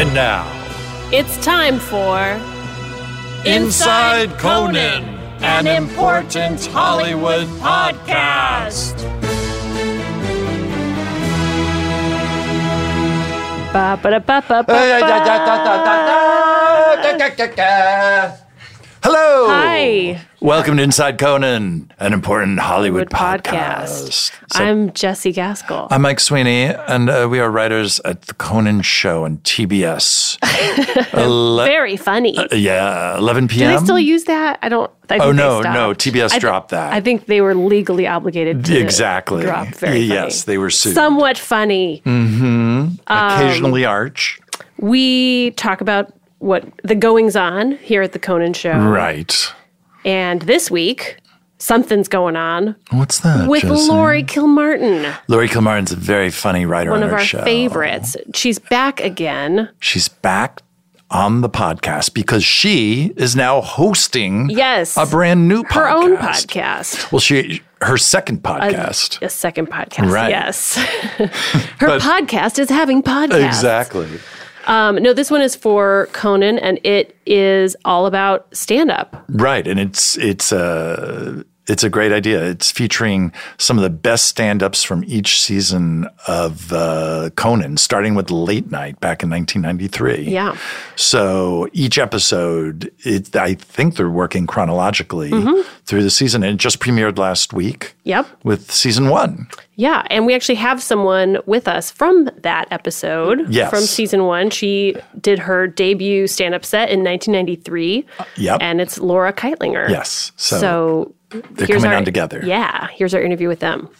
And now, It's time for Inside Conan, an important Hollywood podcast. Ba-ba-da-ba-ba-ba-ba. Hello. Hi, Welcome to Inside Conan, an important Hollywood Good podcast. podcast. I'm Jesse Gaskell. I'm Mike Sweeney, and uh, we are writers at the Conan Show on TBS. Ele- Very funny. uh, yeah, 11 Do p.m. they still use that? I don't. I think oh they no, stopped. no, TBS I th- dropped that. I think they were legally obligated to exactly. drop very yes, funny. they were sued. Somewhat funny. Mm. Occasionally arch. We talk about what the goings on here at the Conan Show, Right. and this week something's going on What's that? with Jesse? Lori Kilmartin, Lori Kilmartin's a very funny writer one on of our, our show. favorites. She's back again. She's back on the podcast because she is now hosting Yes. a brand new her podcast. own podcast. Well, she her second podcast. A second podcast. Right. Yes. her podcast is having podcasts. Exactly. Um, no, this one is for Conan and it is all about stand up. Right, and it's it's a it's a great idea. It's featuring some of the best stand-ups from each season of uh, Conan, starting with Late Night back in 1993. Yeah. So each episode, it, I think they're working chronologically through the season, and it just premiered last week. Mm-hmm. Yep. With season one, Yeah. And we actually have someone with us from that episode Yes. from season one. She did her debut stand up set in 1993. yep. And it's Laura Keitlinger. yes. So, So they're here's coming our- on together. Yeah, here's our interview with them.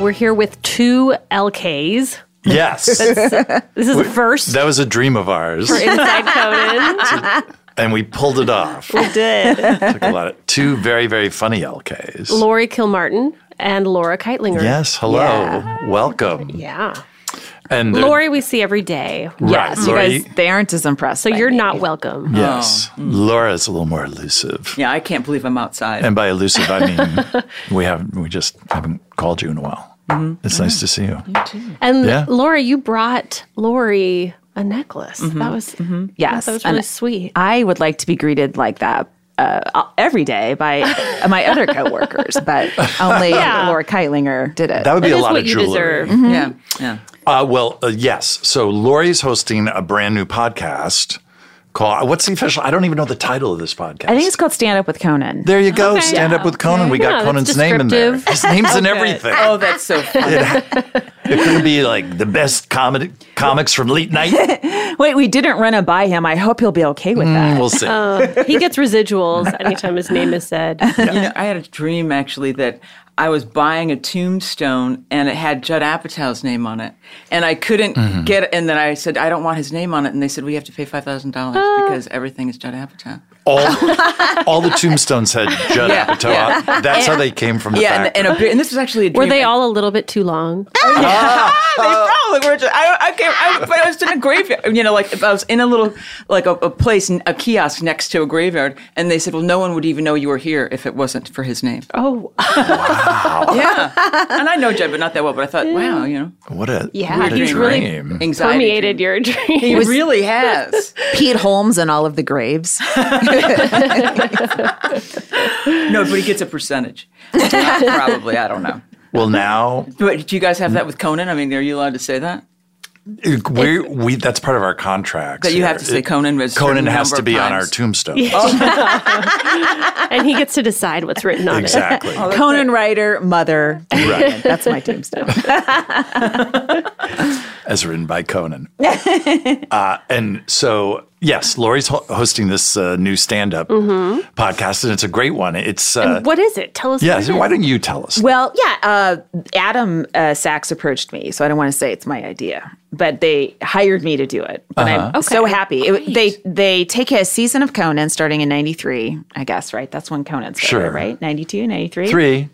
We're here with two LKs. yes, This is the first that was a dream of ours, inside Conan. and we pulled it off. We did. Took a lot of two very very funny LKs. Lori Kilmartin and Laura Keitlinger. Yes, hello. Welcome. Yeah. And uh, they're- Lori, we see every day. right, Yes. Oh, You Lori, guys, they aren't as impressed. So you're not welcome. yes. Laura's a little more elusive. Yeah, I can't believe I'm outside. And by elusive, I mean we haven't we just haven't called you in a while. It's nice to see you. And Yeah. Lori, you brought Lori a necklace. That was Yes, that was really and sweet. I would like to be greeted like that uh, every day by my other coworkers, but only Laura Keitlinger did it. That would be That a is lot what of you jewelry. deserve. yeah, yeah. Uh, well, uh, yes. So Lori's hosting a brand new podcast called uh, What's the official? I don't even know the title of this podcast. I think it's called Stand Up with Conan. there you go. Stand up with Conan. We Yeah, got that's Conan's name in there. descriptive. His name's in Okay. everything. Oh, that's so funny. It could be like the best comedy comics from late night. Wait, we didn't run it by him. I hope he'll be okay with that. We'll see. He gets residuals anytime his name is said. You know, I had a dream actually that I was buying a tombstone and it had Judd Apatow's name on it, and I couldn't Mm-hmm. get it. And then I said, I don't want his name on it, and they said we have to pay five thousand dollars because everything is Judd Apatow. all, all the tombstones had Judd Yeah, Apatow. That's how they came from the Yeah, and, factory. and, a, bit- and this was actually a dream. Were they all a little bit too long? Ah! Uh, They probably were. Just, I, I, came, I, but I was in a graveyard. You know, like if I was in a little, like a, a place, a kiosk next to a graveyard, and they said, "Well, no one would even know you were here if it wasn't for his name." Oh, Yeah, and I know Jed, but not that well. But I thought, wow, you know, what a Yeah, what a he's really- dream. anxiety permeated your dream. He really has. Pete Holmes and all of the graves. No, but he gets a percentage. Yeah, Probably, I don't know. well, now But do you guys have that with Conan? I mean, are you allowed to say that? we we that's part of our contract That you have to say Conan registered Conan a has number to of be on our times. tombstone. and he gets to decide what's written on it. Exactly. Conan writer, mother. Right. That's my tombstone. as written by Conan. uh, and so, yes, Lori's ho- hosting this uh, new stand up Mm-hmm. podcast, and it's a great one. It's, uh, What is it? Tell us. yeah, what it so is. why don't you tell us? Well, yeah, uh, Adam uh, Sachs approached me, so I don't want to say it's my idea, but they hired me to do it. But I'm Uh-huh. so happy. It- they they take a season of Conan starting in 93, I guess, right? That's when Conan started, Sure. right? 92, 93. Three.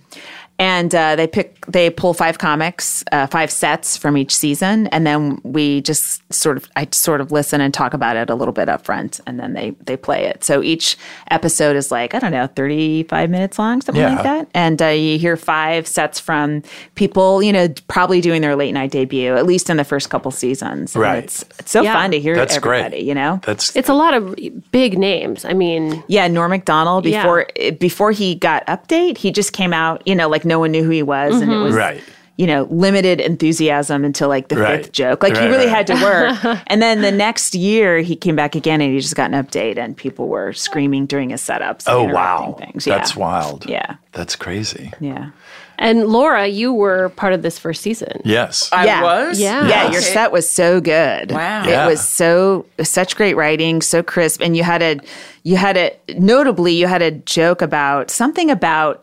And uh, they pick they pull five comics, uh, five sets from each season, and then we just sort of I sort of listen and talk about it a little bit up front, and then they they play it. So each episode is like I don't know, 35 minutes long, something Yeah. like that that. And uh, you hear five sets from people, you know, probably doing their late night debut, at least in the first couple seasons. And Right. It's, it's so fun to hear That's great. everybody, you know? That's It's a lot of big names. I mean, yeah, Norm MacDonald, Yeah. before eh, before he got update, he just came out, you know, like no one knew who he was. And it was, Right. you know, limited enthusiasm until like the Right. fifth joke. Like he Right, really right. had to work. and then the next year he came back again and he just got an update and people were screaming during his setups. and oh interrupting wow, Things. Yeah. that's wild. Yeah. that's crazy. Yeah. and Laura, you were part of this first season. Yes, I Yeah. was? Oh, Yeah. Yeah, Okay. your set was so good. Wow. Yeah. It was so such great writing, so crisp and you had a you had a notably you had a joke about something about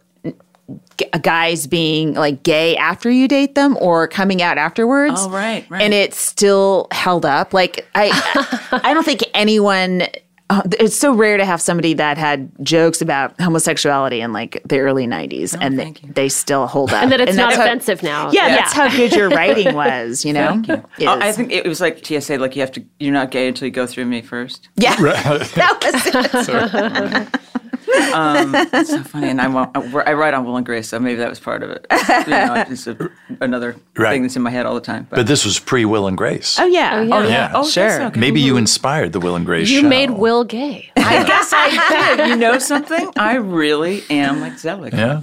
g- guys being like gay after you date them or coming out afterwards. Oh, right, right. And it still held up. Like I I don't think anyone uh, it's so rare to have somebody that had jokes about homosexuality in like the early 90s and they, thank you. they still hold up. And that it's not that's how- offensive now. yeah, that's how good your writing was, you know? Is- Oh, I think it was like TSA, like you have to, you're not gay until you go through me first. yeah. that was it. That's so funny. And I, won't- I write on Will and Grace, so maybe that was part of it. You know, it's a, another Right. thing that's in my head all the time. But, but this was pre Will and Grace. Oh, yeah. Oh, yeah. yeah. Oh, that's Sure. okay. Maybe you inspired the Will and Grace. You show. made Will gay. I guess I did. You know something? I really am like Zelig. Yeah.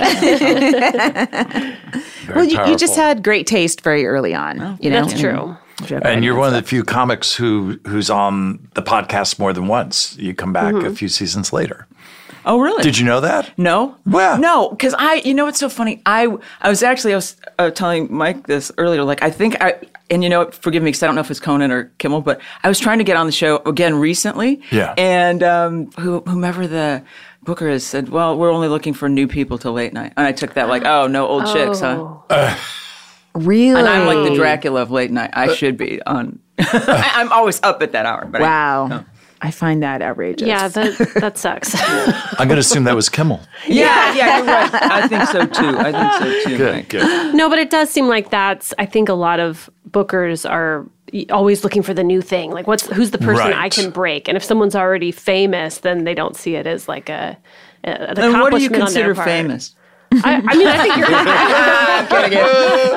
Well, you, you just had great taste very early on, you know? That's true. And you're one of the few comics who who's on the podcast more than once. You come back Mm-hmm. a few seasons later. Oh, really? Did you know that? No. Wow. No, because I, you know, what's so funny. I, I was actually, I was uh, telling Mike this earlier. Like, I think I, and you know, what, forgive me, because I don't know if it's Conan or Kimmel, but I was trying to get on the show again recently. Yeah. And um, who, whomever the booker is said, well, we're only looking for new people till late night, and I took that like, oh, no old chicks, huh? Oh. Really? And I'm like the Dracula of late night. I should be on. I, I'm always up at that hour. But I- Wow. Oh. I find that outrageous. Yeah, that that sucks. I'm going to assume that was Kimmel. yeah, yeah, you're right. I think so too. I think so too. Mike. Good. no, but it does seem like that's. I think a lot of bookers are always looking for the new thing. Like, what's who's the person Right. I can break? And if someone's already famous, then they don't see it as like a. a- An And accomplishment what do you on their consider part. famous? I, I mean, I think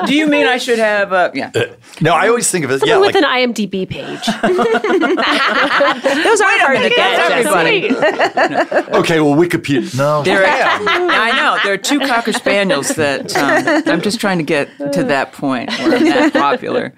you're Do you mean I should have? Uh, yeah. No, I always think of it. yeah, with like an IMDb page. Those are hard to that's get. everybody. Sweet. okay, well, Wikipedia. No, There I am. I know. There are two Cocker Spaniels that um, I'm just trying to get to that point where I'm that popular.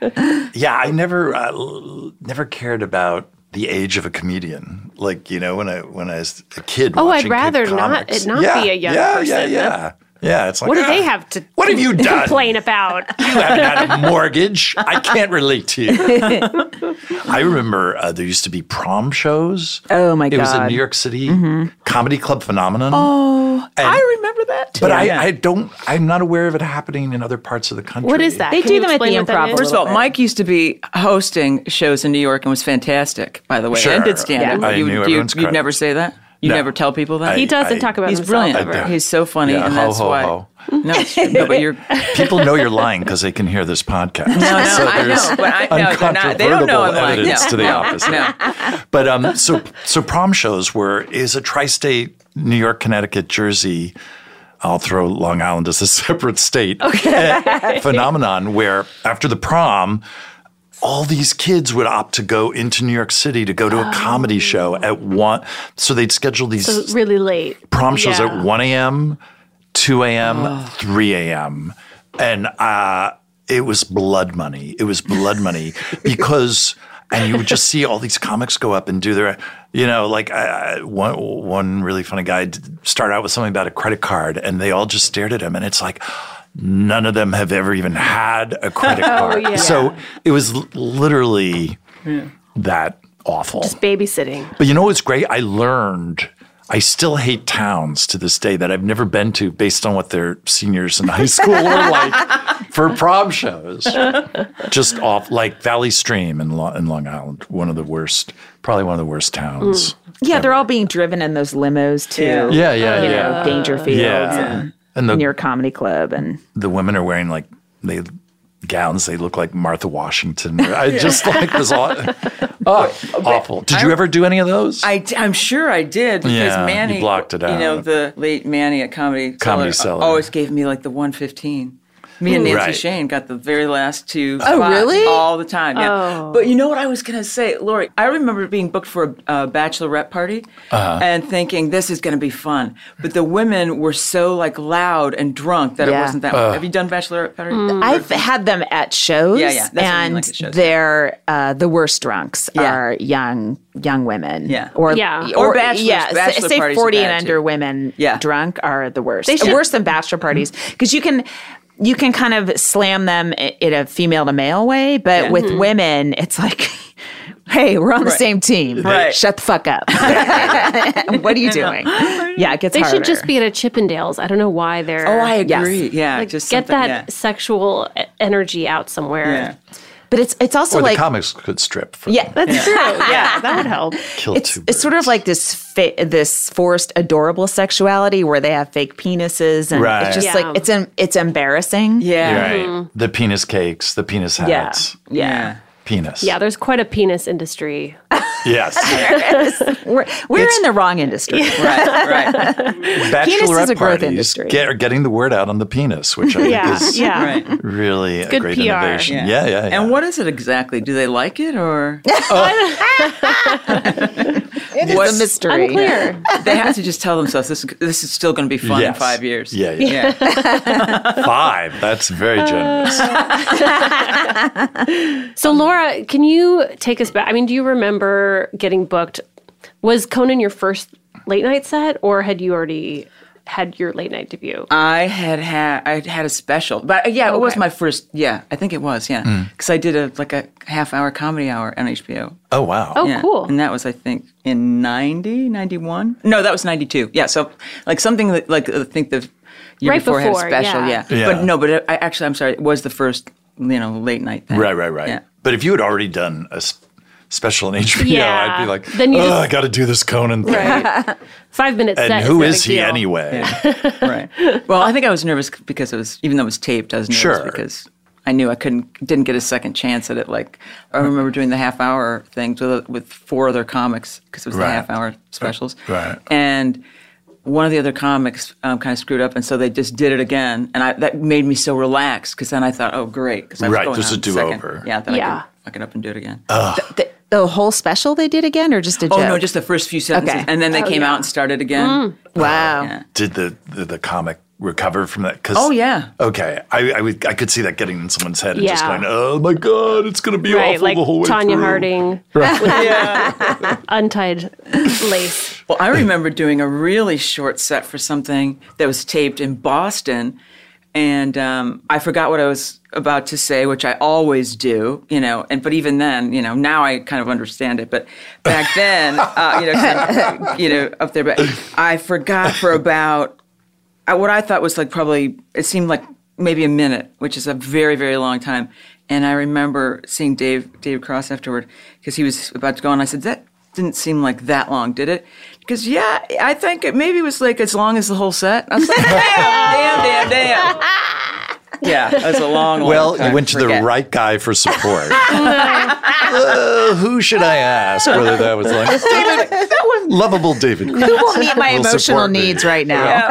yeah, I never, uh, l- never cared about the age of a comedian. Like you know, when I when I was a kid. Oh, I'd watching kid rather not- comics. it not Yeah, be a young yeah, Yeah, person. yeah, yeah. It's like What do ah, they have to? What have you done? Complain about? you haven't had a mortgage. I can't relate to you. I remember uh, there used to be prom shows. Oh, my It was a God. New York City Mm-hmm. comedy club phenomenon. Oh, I remember that. Too. but I, I don't. I'm not aware of it happening in other parts of the country. What is that? They Can do you them at the explain what that improv a is? First of all, Mike used to be hosting shows in New York and was fantastic, by the way, Sure. and did stand up. Yeah. I you, knew you, everyone's you'd never credit. say that. You No. never tell people that. He I- doesn't talk about He's himself brilliant. ever. He's so funny, Yeah, and ho, that's ho, why. ho. No, it's true, but you're. People know you're lying because they can hear this podcast. No, no, So I know, there's but I- no, they're not- they don't uncontrovertible know I'm lying. evidence No. to the opposite. But um, so so prom shows were is a tri-state New York, Connecticut, Jersey. I'll throw Long Island as a separate state eh, phenomenon where after the prom, all these kids would opt to go into New York City to go to a Oh. comedy show at one. So they'd schedule these So really late. prom shows Yeah. at 1 a.m., 2 a.m., 3 a.m. And uh, it was blood money. It was blood money because, and you would just see all these comics go up and do their, you know, like I, I, one one really funny guy did start out with something about a credit card, and they all just stared at him, and it's like. None of them have ever even had a credit card. Oh, yeah. So it was l- literally that awful. Babysitting. But you know what's great? I learned. I still hate towns to this day that I've never been to based on what their seniors in high school were like for prom shows. Just off, like Valley Stream in, Lo- in Long Island, one of the worst, probably one of the worst towns. Yeah, they're all being driven in those limos to Yeah. Yeah, yeah, you know, yeah. Dangerfields Yeah. and And the, near comedy club and the women are wearing like, they, Gowns, they look like Martha Washington. I just like this. All, oh, awful. Did you ever do any of those? I, d- I'm sure I did because Yeah, you Manny blocked it You know, out. the late Manny at Comedy Comedy Cellar, Cellar. always gave me like the 115. Me and Nancy Right. Shane got the very last two. Oh, really? All the time. Yeah. But you know what I was going to say, Lori? I remember being booked for a, a bachelorette party Uh-huh. and thinking this is going to be fun. But the women were so like loud and drunk that it Yeah. wasn't that. Have you done bachelorette party? I've had them at shows, Yeah, yeah, that's what I mean, and like at shows. they're uh, the worst drunks Yeah. are young young women, Yeah. or Yeah. or, Or bachelors- yeah, say- bachelor say parties are forty and bad, under too. women, Yeah. Mm-hmm. drunk are the worst, They should- worse than bachelor parties because you can. You can kind of slam them i- in a female to male way, but Yeah. Mm-hmm. with women, it's like, hey, we're on the Right. same team. Right. Shut the fuck up. what are you doing? Yeah, it gets They harder. should just be at a Chippendales. I don't know why they're. Oh, I Yes. agree. Yeah, Like, just get something- that yeah. sexual e- energy out somewhere. Yeah. But it's it's also or the like comics could strip for Yeah, that's true. Yeah, that would help. Kill it's, two it's sort of like this fa- this forced adorable sexuality where they have fake penises and Right. it's just Yeah. like it's em- it's embarrassing. Yeah. Right. Mm-hmm. The penis cakes, the penis Yeah. hats. Yeah. Penis. Yeah, there's quite a penis industry. Yes. We're, we're in the wrong industry. Right, right, Bachelorette Penis is a growth parties industry. Get, are getting the word out on the penis, which I think is yeah. right. really a good great PR. innovation. Yeah, yeah. yeah. And what is it exactly? Do they like it or It's a mystery. Unclear. they have to just tell themselves this? This is still going to be fun Yes. in five years. Yeah, yeah. yeah. Five. That's very generous. Uh, So, Laura, can you take us back? I mean, do you remember getting booked? Was Conan your first late night set, or had you already had your late night debut? I had had I had a special, but uh, yeah, it was Okay. my first. Yeah, I think it was. Yeah, because I did a like a half hour comedy hour on HBO. Mm. Oh, wow. oh, Yeah. cool. And that was I think in 90, 91? No, that was ninety two. Yeah, so like something that, like I think the year Right before, before, had a special. yeah. Yeah. Yeah. but no, but it, I actually I'm sorry, it was the first you know late night thing. Right, right, right. Yeah. But if you had already done a s- special in HBO, Yeah. I'd be like, Then you oh, just- I got to do this Conan thing. Five minutes set. And who no is big he deal. anyway? right. Well, I think I was nervous because it was even though it was taped, I was nervous Sure. because I knew I couldn't didn't get a second chance at it. Like I remember doing the half hour things with with four other comics because it was Right. Uh, the half hour specials. Right. And one of the other comics um, kind of screwed up, and so they just did it again, and I, that made me so relaxed because then I thought, oh great, because I was Right, going just on a the second. do-over. Oh. Yeah, that Yeah. I could fuck it up and do it again. The, the whole special they did again, or just a joke? oh no, just the first few sentences, Okay. and then they came out and started again. wow. Yeah. Did the, the, the comic recover from that? 'Cause- Oh yeah. Okay, I I, would, I could see that getting in someone's head and just Yeah. going, "Oh my god, it's going to be Right, awful the whole like way Tanya through." Harding with untied lace. Well, I remember doing a really short set for something that was taped in Boston, and um, I forgot what I was about to say, which I always do, you know. And but even then, you know, now I kind of understand it, but back then, uh, you know, kind of, you know, up there, but I forgot for about I- what I thought was like probably it seemed like maybe a minute, which is a very very long time. And I remember seeing Dave Dave Cross afterward because he was about to go, and I said that didn't seem like that long, did it? Because yeah, I think it maybe was like as long as the whole set. I was like, damn, damn, damn, damn. Yeah, that was a long, long Well, time you went to the forget. right guy for support. Uh, who should I ask? Whether that was like David, that was lovable David. Who will meet my Will emotional support me. needs right now?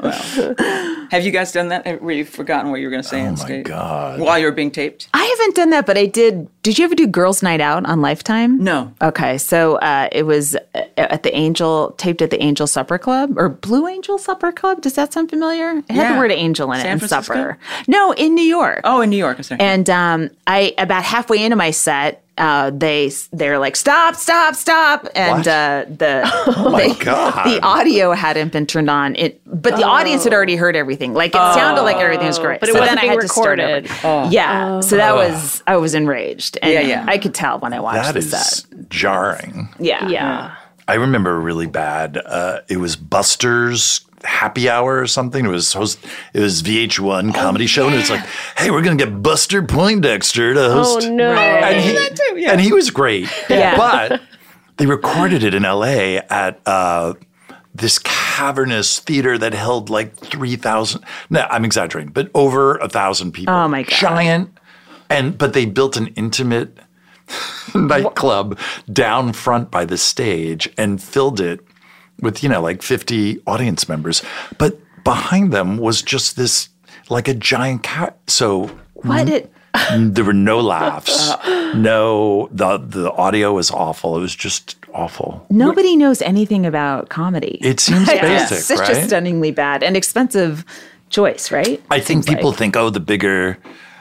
Oh, Have you guys done that? Were you forgotten what you were going to say? Oh my God. While you were being taped? I haven't done that, but I did. Did you ever do Girls Night Out on Lifetime? No. Okay, so uh, it was uh, at the Angel taped at the Angel Supper Club or Blue Angel Supper Club. Does that sound familiar? It had the Yeah. word angel in it. Sam and Francisco? supper. No, in New York. Oh, in New York. I'm sorry. And um, I about halfway into my set, uh, they they're like, "Stop! Stop! Stop!" And What? uh, the my the- God. the audio hadn't been turned on. It, but the audience had already heard everything. Like it sounded like everything was great. But it so wasn't then I being had to start over. recorded. Yeah. So that was I was enraged. And Yeah, yeah. I could tell when I watched That the is set. jarring. Yeah. Yeah. I remember really bad. Uh, it was Buster's happy hour or something. It was host. It was VH1 comedy Oh, show, and it's like, hey, we're gonna get Buster Poindexter to Oh host. no. And he, and he was great. Yeah. But they recorded it in LA at uh, this cavernous theater that held like 3,000. No, I'm exaggerating, but over a 1,000 people. Oh, my God. Giant. And, but they built an intimate nightclub down front by the stage and filled it with, you know, like 50 audience members. But behind them was just this, like a giant cat. So What it there were no laughs. no, the the audio was awful. It was just awful. nobody knows anything about comedy. It seems basic, it's such right? a stunningly bad and expensive choice, right? I think people think, oh, the bigger.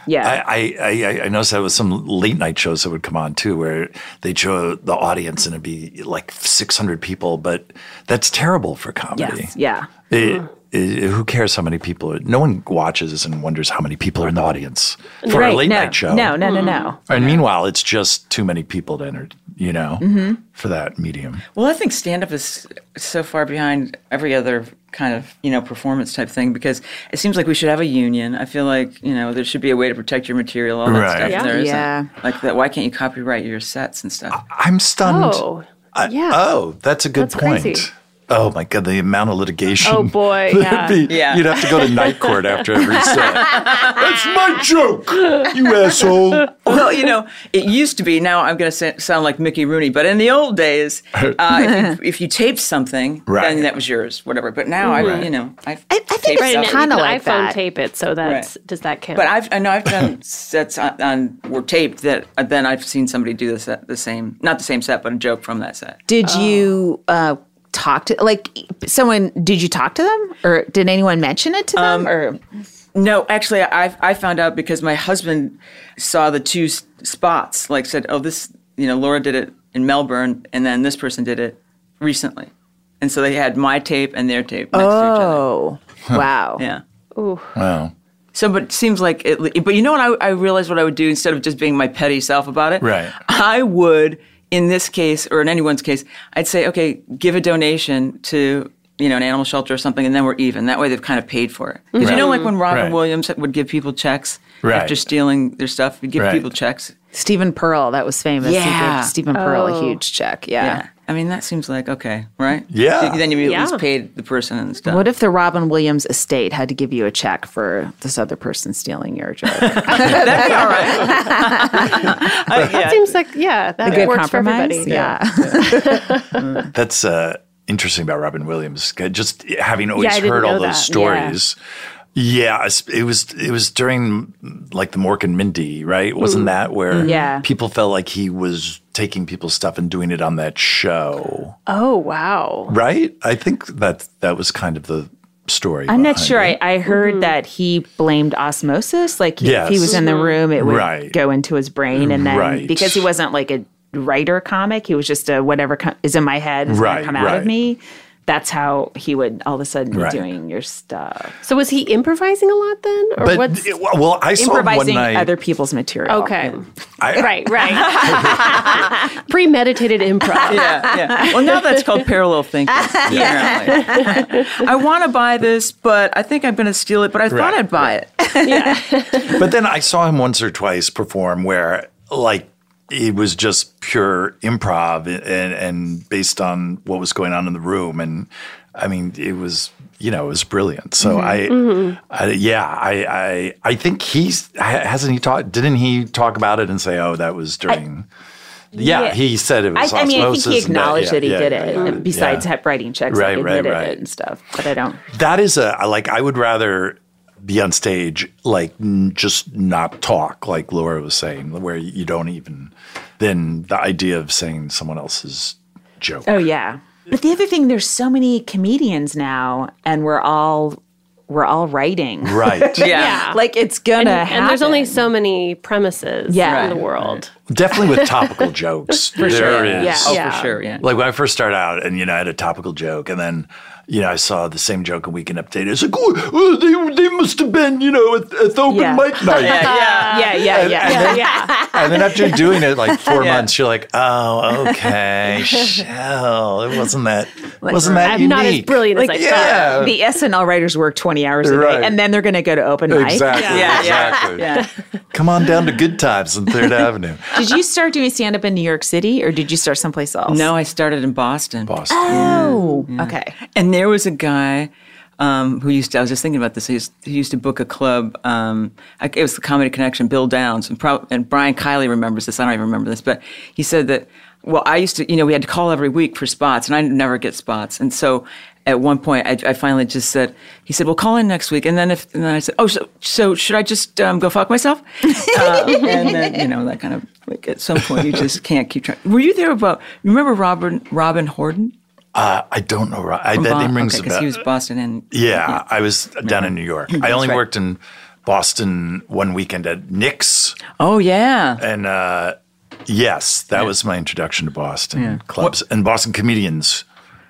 Yeah. I, I, I, I noticed that with some late night shows that would come on too, where they'd show the audience and it'd be like 600 people, but that's terrible for comedy. Yes. Yeah. It, it- who cares how many people? are- No one watches and wonders how many people are in the audience for a late no, night show. No, no, no, no. And meanwhile, it's just too many people to enter, you know, Mm-hmm. for that medium. Well, I think stand up is so far behind every other kind of, you know, performance type thing because it seems like we should have a union. I feel like, you know, there should be a way to protect your material, all that Right. stuff. Yeah. There isn't. Yeah. Like that why can't you copyright your sets and stuff? I'm stunned. Oh. I- yeah. oh, that's a good That's point. crazy. Oh my god, the amount of litigation. Oh, boy, There'd yeah. be- Yeah. You'd have to go to night court after every set. That's my joke, you asshole. well, you know, it used to be. Now I'm going to sound like Mickey Rooney, but in the old days, uh, if, you, if you taped something, Right. then that was yours, whatever. But now I, you know, I've I think taped right, and stuff. it- Kinda You can like iPhone that. tape it, so that's Right. does that count? But I've I know I've done sets on, on were taped that uh, then I've seen somebody do the set the same not the same set but a joke from that set. Did you uh, talk to like someone? Did you talk to them, or did anyone mention it to them? or No, actually, I I found out because my husband saw the two s- spots. Like said, oh, this you know Laura did it in Melbourne, and then this person did it recently, and so they had my tape and their tape next to each other. oh, wow. Yeah. Wow. So, but it seems like it. le- But you know what? I, I realized what I would do instead of just being my petty self about it. Right. I would, in this case or in anyone's case, I'd say, okay, give a donation to you know an animal shelter or something, and then we're even. That way, they've kind of paid for it. Because you know, like when Robin Mm-hmm. Right. Williams would give people checks Right. after stealing their stuff, he'd give Right. people checks. Stephen Pearl, that was famous. He Yeah. gave Stephen Pearl a huge check. Yeah. Yeah. I mean, that seems like okay, right? Yeah. So then you at Yeah. least paid the person and stuff. What if the Robin Williams estate had to give you a check for this other person stealing your joke? that seems like yeah, that Good works for compromise. everybody. Yeah. That's uh, interesting about Robin Williams. Just having always I didn't heard all know those that. stories. Yeah. it's- it was it was during like the Mork and Mindy, right? Wasn't that where Mm. Mm-hmm. Yeah. people felt like he was taking people's stuff and doing it on that show, Oh wow. right? I think that that was kind of the story. I'm not behind sure. it. I, I heard Mm-hmm. that he blamed osmosis. Like he, if he was Yes. in Mm-hmm. the room, it would Right. go into his brain, and then Right. because he wasn't like a writer comic, he was just a whatever co- is in my head is Right, going to come out right. of me. That's how he would all of a sudden be Right. doing your stuff, So was he improvising a lot then, or But what's? it- well, I saw him one improvising night. other people's material. okay. I- Right. Right. Premeditated improv. yeah, yeah. Well, now that's called parallel thinking. apparently. I want to buy this, but I think I'm going to steal it. But I thought Right, I'd buy it. but then I saw him once or twice perform where like it was just pure improv and, and based on what was going on in the room and I mean it was you know it was brilliant so Mm-hmm. I, I yeah I, I I think he's ha- hasn't he talked didn't he talk about it and say oh that was during yeah, Yeah. he said it I, was I mean, I think osmosis he and acknowledged that, yeah, yeah, he did yeah, it. yeah, and Besides yeah. writing checks, Right, like right, admitted right. it and stuff. But I don't. That is a I like I would rather be on stage like n- just not talk like Laura was saying where you don't even than the idea of saying someone else's joke. Oh yeah. But the other thing, there's so many comedians now, and we're all we're all writing. Right. Yeah. Like it's gonna And, happen. and there's only so many premises Yeah. in the Right, world. Definitely with topical jokes. For sure. Yeah. Oh, Yeah. for sure. Yeah. Like when I first started out, and you know, I had a topical joke, and then you know, I saw the same joke in Weekend Update. It's like, oh, oh, they, they must have been, you know, at, at the open Yeah. mic night. yeah. yeah, yeah, yeah, and yeah, then- And then after doing it like four Yeah. months, you're like, oh, okay, shell, it wasn't that, wasn't that I'm unique? not as brilliant as uh, Like, I yeah, thought. The SNL writers work 20 hours a Right. day and then they're going to go to open mic. exactly, Yeah, yeah. exactly. Yeah. Come on down to Good Times on Third Avenue, Did you start doing stand up in New York City or did you start someplace else? No, I started in Boston. Boston. Oh, okay. And there was a guy um, who used to, I was just thinking about this, he used, he used to book a club. Um, I, it was the Comedy Connection, Bill Downs. And, prob- and Brian Kiley remembers this. I don't even remember this, but he said that, well, I used to, you know, we had to call every week for spots, and I never get spots. And so at one point, I, I finally just said, he said, well, call in next week. And then if, and then I said, oh, so, so should I just um, go fuck myself? Uh, and then, you know, that kind of, like at some point, you just can't keep trying. Were you there about, remember Robin, Robin Horton? Uh, I don't know. Right? I, that Bo- name rings okay, a bell. because he was Boston and Yeah, I was down in New York. I only right. worked in Boston one weekend at Nick's, oh yeah, and uh, yes, that was my introduction to Boston clubs and Boston comedians,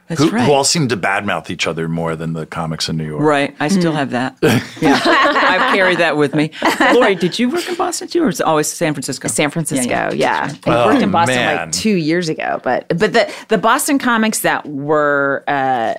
that's who, right. who all seemed to badmouth each other more than the comics in New York. right, I still have that. Yeah, I carry that with me. Lori, did you work in Boston too, or was it always San Francisco? San Francisco. Yeah, I Oh, worked in Boston man. like two years ago, but but the the Boston comics that were uh,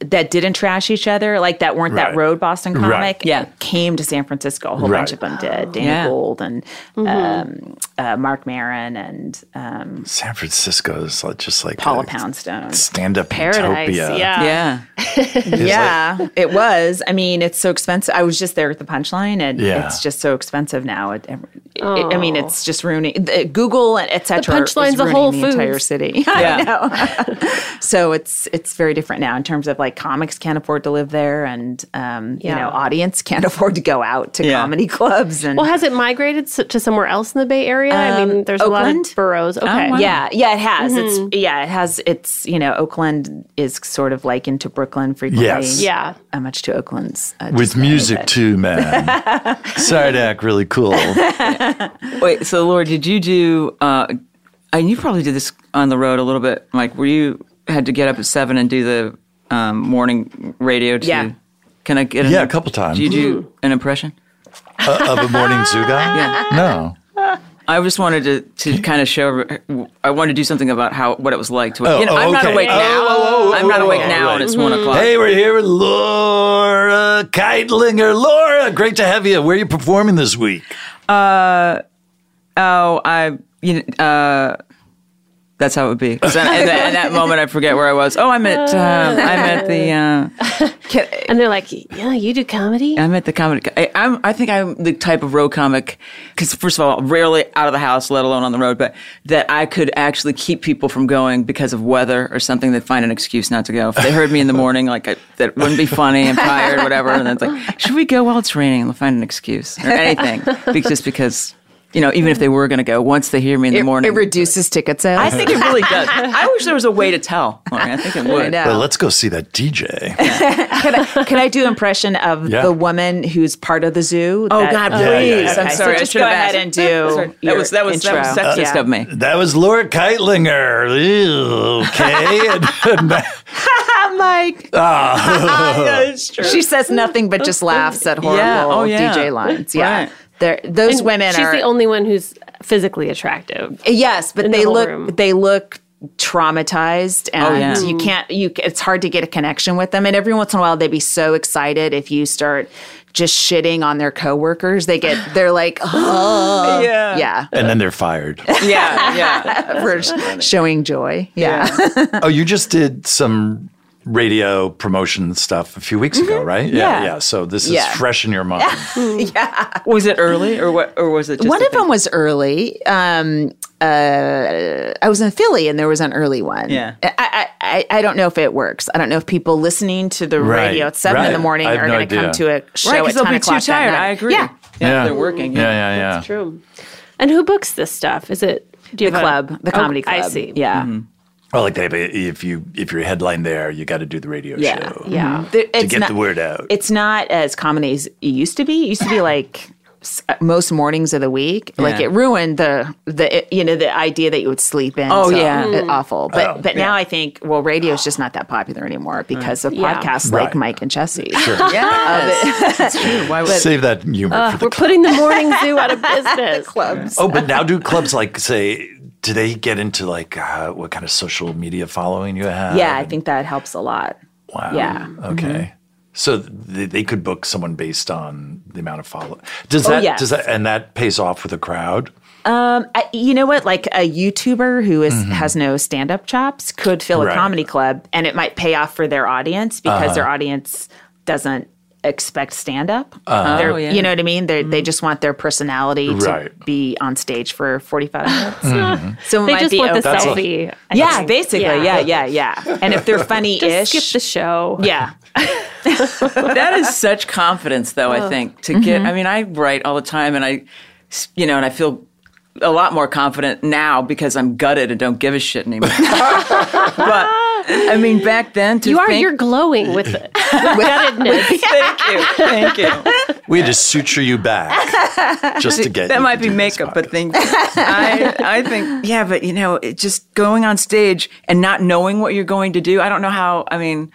that didn't trash each other, like that weren't Right. that road Boston Right. comic, Yeah. came to San Francisco. A whole bunch Right. of them did. Danny Yeah. Mm-hmm. Gold and um, uh, Mark Maron and um, San Francisco is like- just like Paula a Poundstone. stand-up Paradise. utopia. Yeah. Yeah, Yeah, it was. I mean, it's so expensive. I was just there at the punchline, and Yeah. it's just so expensive now. It, it- I mean, it's just ruining the, Google and etc. Oh. Punchline's a Whole the entire Foods. city. Yeah. I know. so it's it's very different now in terms of like comics can't afford to live there, and um, Yeah. you know, audience can't afford to go out to Yeah. comedy clubs and. Well, has it migrated s- to somewhere else in the Bay Area? I mean, there's a lot Um, Oakland? of boroughs. Okay. Um, Oh, wow. Mm-hmm. yeah, yeah, it has. It's yeah, it has. It's you know, Oakland is sort of like into Brooklyn frequently. Yes. Yeah. uh, much to Oakland's uh, With music too, man. Sardak, really cool. Wait, so Lori, did you do? Uh, and you probably did this on the road a little bit. Like, were you had to get up at seven and do the um, morning radio? To, Yeah. Hmm. Can I get? An, Yeah, a couple times. Did you do an impression? Uh, of a morning zoo guy? Yeah. No. I just wanted to, to kind of show. I wanted to do something about how what it was like to. Oh, you know, oh, I'm not okay. awake Oh, now. oh, oh, I'm not oh, awake oh, now, right. and it's one o'clock. Hey, we're here with Laura Keitlinger. Laura, great to have you. Where are you performing this week? Oh, I. You know, uh, that's how it would be. 'Cause then- at, that, at that moment, I forget where I was. Oh, I'm at. Um, I'm at the. Uh, And they're like, yeah, you do comedy? I'm at the comedy. I, I'm. I think I'm the type of road comic because first of all, rarely out of the house, let alone on the road. But that I could actually keep people from going because of weather or something. They find an excuse not to go. If they heard me in the morning, like I, that wouldn't be funny. I'm tired, whatever. And then it's like, should we go while it's raining? They'll find an excuse or anything, be- just because. You know, even if they were going to go, once they hear me in the morning, It reduces ticket sales. I think it really does. I wish there was a way to tell. Lori. I think it would. know. Well, let's go see that DJ. can, I, can I do impression of Yeah. the woman who's part of the zoo? Oh God, yeah, yeah, please! yeah. I'm Okay, sorry. so I just should go have ahead asked. and do. That was that was that was your intro. sexist Yeah. of me. that was Laura Keitlinger. Ew, okay. And- and that- I'm like, she says nothing but just laughs at horrible Yeah. Oh, yeah. DJ lines. Yeah, Right. They're, those And women She's are the only one who's physically attractive. yes, but in the they whole look room. they look traumatized Oh, and yeah. you can't you it's hard to get a connection with them and every once in a while they'd be so excited if you start just shitting on their coworkers they get they're like oh Yeah. yeah and then they're fired. Yeah, yeah. for showing joy. Yeah. Oh, you just did some radio promotion stuff a few weeks ago, right? Yeah, yeah. Mm-hmm. Yeah. So this is Yeah. fresh in your mind. was it early or what? Or was it just One a of them was early. Um, uh, I was in Philly and there was an early one. Yeah. I, I, I I don't know if it works. I don't know if people listening to the Right, radio at seven right. in the morning I have are no going to idea. come to a show Right, at because they'll ten be o'clock. too that tired. night. I agree. Yeah. Yeah. they're working. Yeah, yeah, yeah. True. And who books this stuff? Is it do you The have a- club, the Oh, comedy club. Mm-hmm. I see. Yeah. Well, like they, if you if you're a headline there, you got to do the radio Yeah, show. yeah. There- it's get not- the word out. It's not as common as it used to be. It used to be like s- uh, most mornings of the week. Like Yeah. it ruined the the you know the idea that you would sleep in. Oh, so yeah. it- awful. But Oh, but now I think well, radio is just not that popular anymore because of Yeah. podcasts like Right. Mike and Jesse. Yes. It's true. Why would Save that humor Uh, for the We're putting the morning zoo out of business. Clubs. Oh, but now do clubs like say? Do they get into like uh, what kind of social media following you have? Yeah, I think that helps a lot. Wow. yeah. Mm-hmm. Okay. So they, they could book someone based on the amount of follow. Does that? yes. Does that? And that pays off with a crowd. I, you know what? Like a YouTuber who is- has no stand up chops could fill Mm-hmm. Right. Uh-huh. a comedy club, and it might pay off for their audience because their audience doesn't expect stand up. Uh, Oh, yeah. You know what I mean? They're, They just want their personality to Right. Mm-hmm. be on stage for forty five minutes. So it They might just be want the okay. a- selfie. I yeah, think. basically, yeah, yeah, yeah. And if they're funny Just ish, skip the show. yeah, that is such confidence though i think to get i mean i write all the time and i s- you know and i feel a lot more confident now because i'm gutted and don't give a shit anymore but i mean back then to You are. think, You're glowing with with guttedness. thank you thank you We had to suture you back just to get. you that to might do be this makeup but podcast. thank you I, I think yeah but you know it just going on stage and not knowing what you're going to do i don't know how i mean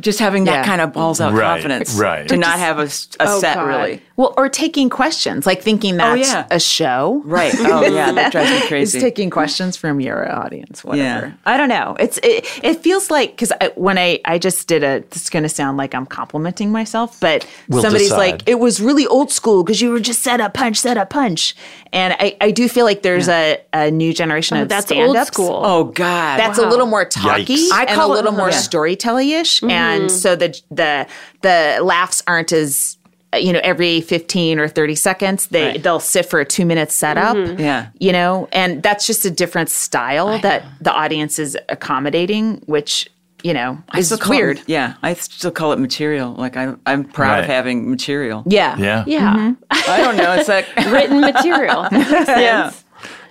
just having Yeah. Oh, that kind of balls out Right, confidence right. to not have a, s- a set Oh, God. Oh, really well, or taking questions, like thinking that's yeah. a show, right oh yeah that drives me is crazy taking questions from your audience whatever Yeah. i don't know it's it, it feels like because I, when i i just did a it's going to sound like i'm complimenting myself but We'll somebody's decide. like it was really old school because you were just set up punch set up punch and i i do feel like there's a, a new generation of That's stand old school. oh god that's a little more talky Yikes. I and a call it- little more yeah. storytelly-ish and so the the the laughs aren't as you know every 15 or 30 seconds they Right. they'll sit for a 2 minute setup Yeah. you know and that's just a different style that the audience is accommodating which you know is still call it- weird yeah, I still call it material. Like I'm, I'm proud of Right. having material. yeah Yeah. yeah, I don't know. It's like written material. yeah,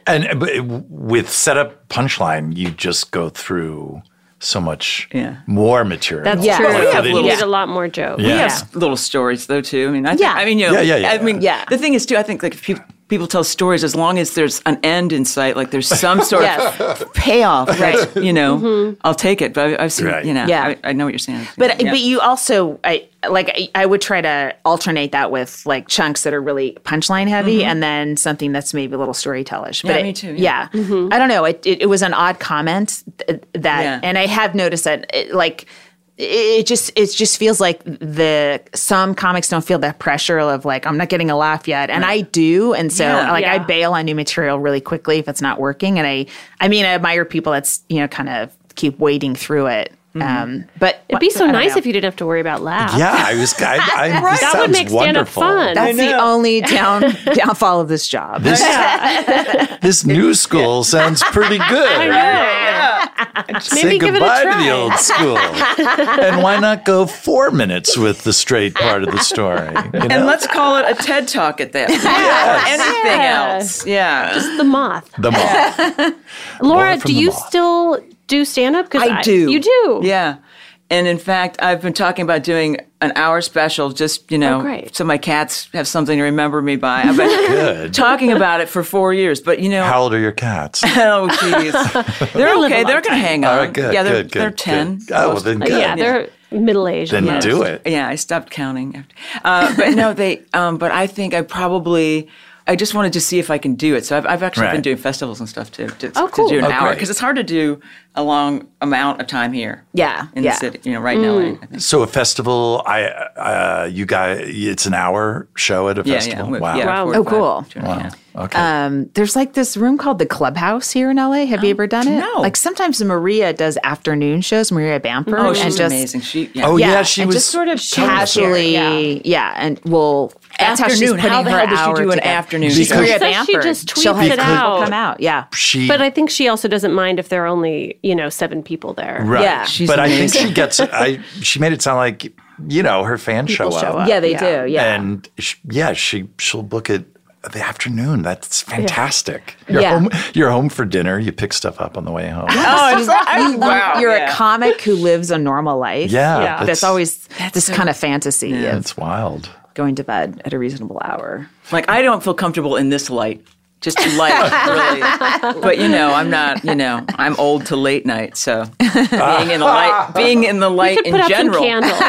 And but it- with setup punchline, you just go through so much Yeah. more material. That's Yeah. true. Well, Like, we they have We didn't- little- need a lot more jokes. Yeah. little stories though too. I mean, I think, Yeah. I mean, you know, Yeah, yeah, yeah, I mean, yeah. The thing is too, I think like if people people tell stories as long as there's an end in sight, like there's some sort of payoff. Right. You know, I'll take it. But I- I've seen, Right. you know, Mm-hmm. Yeah. I, I know what you're saying. But Yeah. but you also I like I, I would try to alternate that with like chunks that are really punchline heavy and then something that's maybe a little storytellish. But Mm-hmm. Yeah, it- me too, Yeah, yeah. I don't know. It, it it was an odd comment th- that, Yeah. and I have noticed that it, like. It it just it just feels like the some comics don't feel that pressure of like I'm not getting a laugh yet, and I do, and so Yeah. like I Yeah. bail on new material really quickly if it's not working, and I I mean I admire people that's you know kind of keep wading through it, Mm-hmm. um, but It'd be so nice if you didn't have to worry about laughs. Yeah, I was. I, I, this That sounds would make stand up wonderful. fun. That's the only down downfall of this job. This, this new school sounds pretty good. Say Maybe give it a goodbye to try. the old school. and why not go four minutes with the straight part of the story? you and know? let's call it a TED talk at that. Anything Yeah. else? Yeah. the moth. the mall. Laura, Moth from do the you moth. still do stand up? I do. You do. Yeah. And in fact, I've been talking about doing an hour special, just, Oh, you know, great. so my cats have something to remember me by. I've been Good. talking about it for four years, but, you know, How old are your cats? oh, jeez. They're live a okay. They're lifetime. going to hang on. All right, good. yeah, they're, good, good, they're good. 10. Oh, well, then good. Yeah, they're middle aged. then do it. Yeah, I stopped counting. after- Uh, but no, they. Um, but I think I probably. I just wanted to see if I can do it. So I've, I've actually been Right. doing festivals and stuff to, to, Oh, cool. to do an Oh, hour great. because it's hard to do a long amount of time here. Yeah, in yeah. Mm. the city, you know, right now. I think. So a festival, I uh, you guys, it's an hour show at a Yeah, festival. yeah. Wow. yeah, Wow. four Oh, or five, cool. two and a half. Okay. Um, there's like this room called the Clubhouse here in LA. Have you ever done it? Oh, no. Like sometimes Maria does afternoon shows. Maria Bamford. Oh, and she's just, amazing. She, yeah. oh yeah, she and was just sort of telling us about casually. Yeah. Yeah. and well, that's how she's Afternoon. putting How the her hell does she hour do an together. afternoon She's show? Maria So she Bamford. just She'll tweets have it people out. Come out. Yeah. it. She, But I think she also doesn't mind if there are only, you know, seven people there. right. yeah. She's but I think amazing. she gets. I she made it sound like you know her fans show, show up. Yeah, they do. Yeah. and sh yeah, she she'll book it the afternoon. That's fantastic. You're Yeah. home. You're home for dinner. You pick stuff up on the way home. Oh, you, you're a Yeah. comic who lives a normal life. Yeah, Yeah. That's, that's- always this kind of fantasy of It's wild. going to bed at a reasonable hour. Like I don't feel comfortable in this light. Just too light, really. But you know, I'm not. You know, I'm old to late night, so being in the light, being in the light Could in put out general. some candles.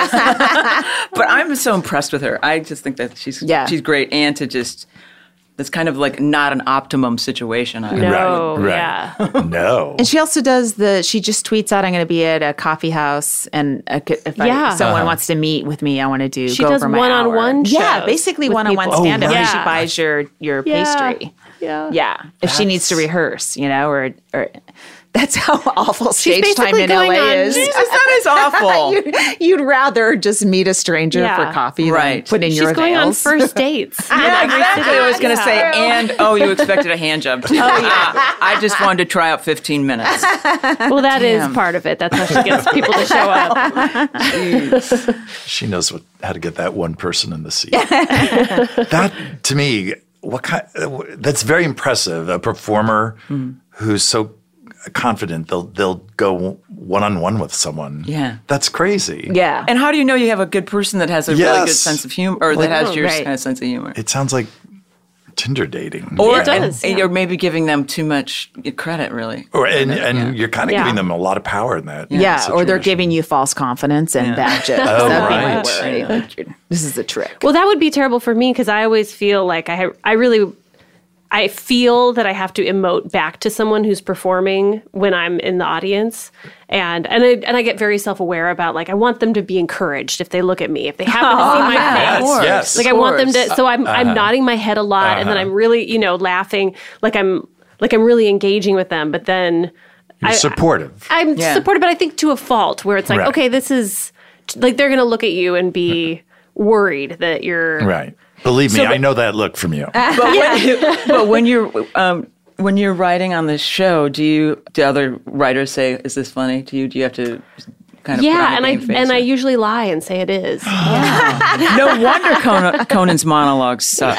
But I'm so impressed with her. I just think that she's Yeah. she's great, and to just that's kind of like not an optimum situation. I, No, right. yeah. No. And she also does the. She just tweets out, "I'm going to be at a coffee house, and uh, c- if I- Yeah. someone wants to meet with me, I want to do." She go does over my one-on-one hour. Yeah, shows basically with one on one people. Oh, stand up. right. She Yeah. buys your your Yeah. pastry. Yeah. Yeah, if she needs to rehearse, you know, or or that's how awful stage time basically in going LA on- is. Jesus, that is awful. You- You'd rather just meet a stranger Yeah. for coffee, Right. Than put in She's your going on veils. first dates. Yeah, exactly. I was going to say, Yeah. and oh, you expected a hand job. Too. Oh, yeah. I just wanted to try out 15 minutes. Well, that is part of it. That's how she gets people to show up. She knows what, how to get that one person in the seat. that to me, what kind? That's very impressive. A performer who's so confident they'll they'll go one on one with someone. Yeah. that's crazy. yeah, And how do you know you have a good person that has a really good Yes. sense of humor, or Like- that has your Right. kind of sense of humor? it sounds like Tinder dating. Or, It does, and- yeah. You're maybe giving them too much credit, really. Or- and and you're kind of Yeah. giving them a lot of power in that. yeah, or they're situation. giving you false confidence and bad jokes. Oh, That'd be my right. worry. Like, you're- This is a trick. Well, that would be terrible for me because I always feel like I I really I feel that I have to emote back to someone who's performing when I'm in the audience. And and I, and I get very self-aware about like I want them to be encouraged if they look at me, if they happen Oh, to see my face. Yes, yes. Like I want them to. So I'm Uh-huh. I'm nodding my head a lot, and then I'm really you know laughing, like I'm like I'm really engaging with them. But then You're I- supportive. I'm Yeah. supportive, but I think to a fault where it's like, Right. okay, this is like they're gonna look at you and be worried that you're right. Believe me, I know that look from you. but when you're um, when you're writing on this show, do you do other writers say, "Is this funny to you?" Do you have to kind of put on Yeah, a and I game face and I or- usually lie and say it is. no wonder Conan, Conan's monologues suck.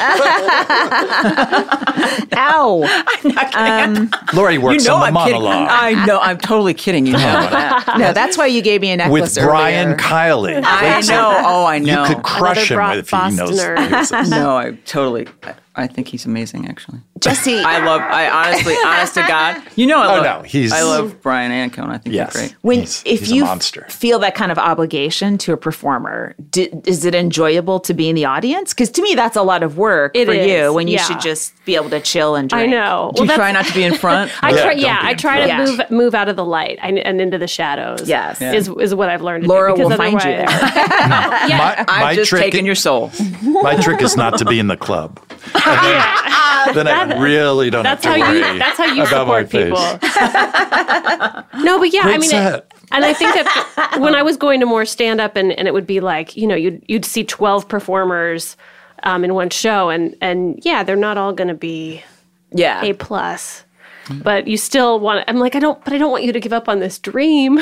Ow! Lori works you know on the I'm monologue kidding. I know I'm totally kidding. You know that. No, that's why you gave me a necklace with Brian earlier. Kiley. I Wait, know. Oh, I know. You could crush him Another if he knows. Bostoner. he knows. No, I totally. I, I think he's amazing, actually. Jesse, I love. I honestly, honest to God, you know, I Oh, love. no, he's- I love Brian and Conan. I think Yes. they're great. when He's- if he's a you monster. feel that kind of obligation to a performer, d is it enjoyable to be in the audience? Because to me, that's a lot of work It for you is, when you yeah. should just be able to chill and drink. I know. Do you that's- try not to be in front? I try, don't yeah, be I in try to move front. move out of the light and, and into the shadows. Yes. Yeah. is is what I've learned. to do, Laura because will find you otherwise- there. My, I've my just trick, taken your soul. my trick is not to be in the club. And then, then I really don't Uh, That's how have to you. worry That's how you about my support face. people. no, but yeah, I Great mean, set. it, and I think that when I was going to more stand up, and, and it would be like you know you'd you'd see twelve performers um, in one show, and and yeah, they're not all going to be Yeah. a plus. But you still want. I'm like, I don't. But I don't want you to give up on this dream.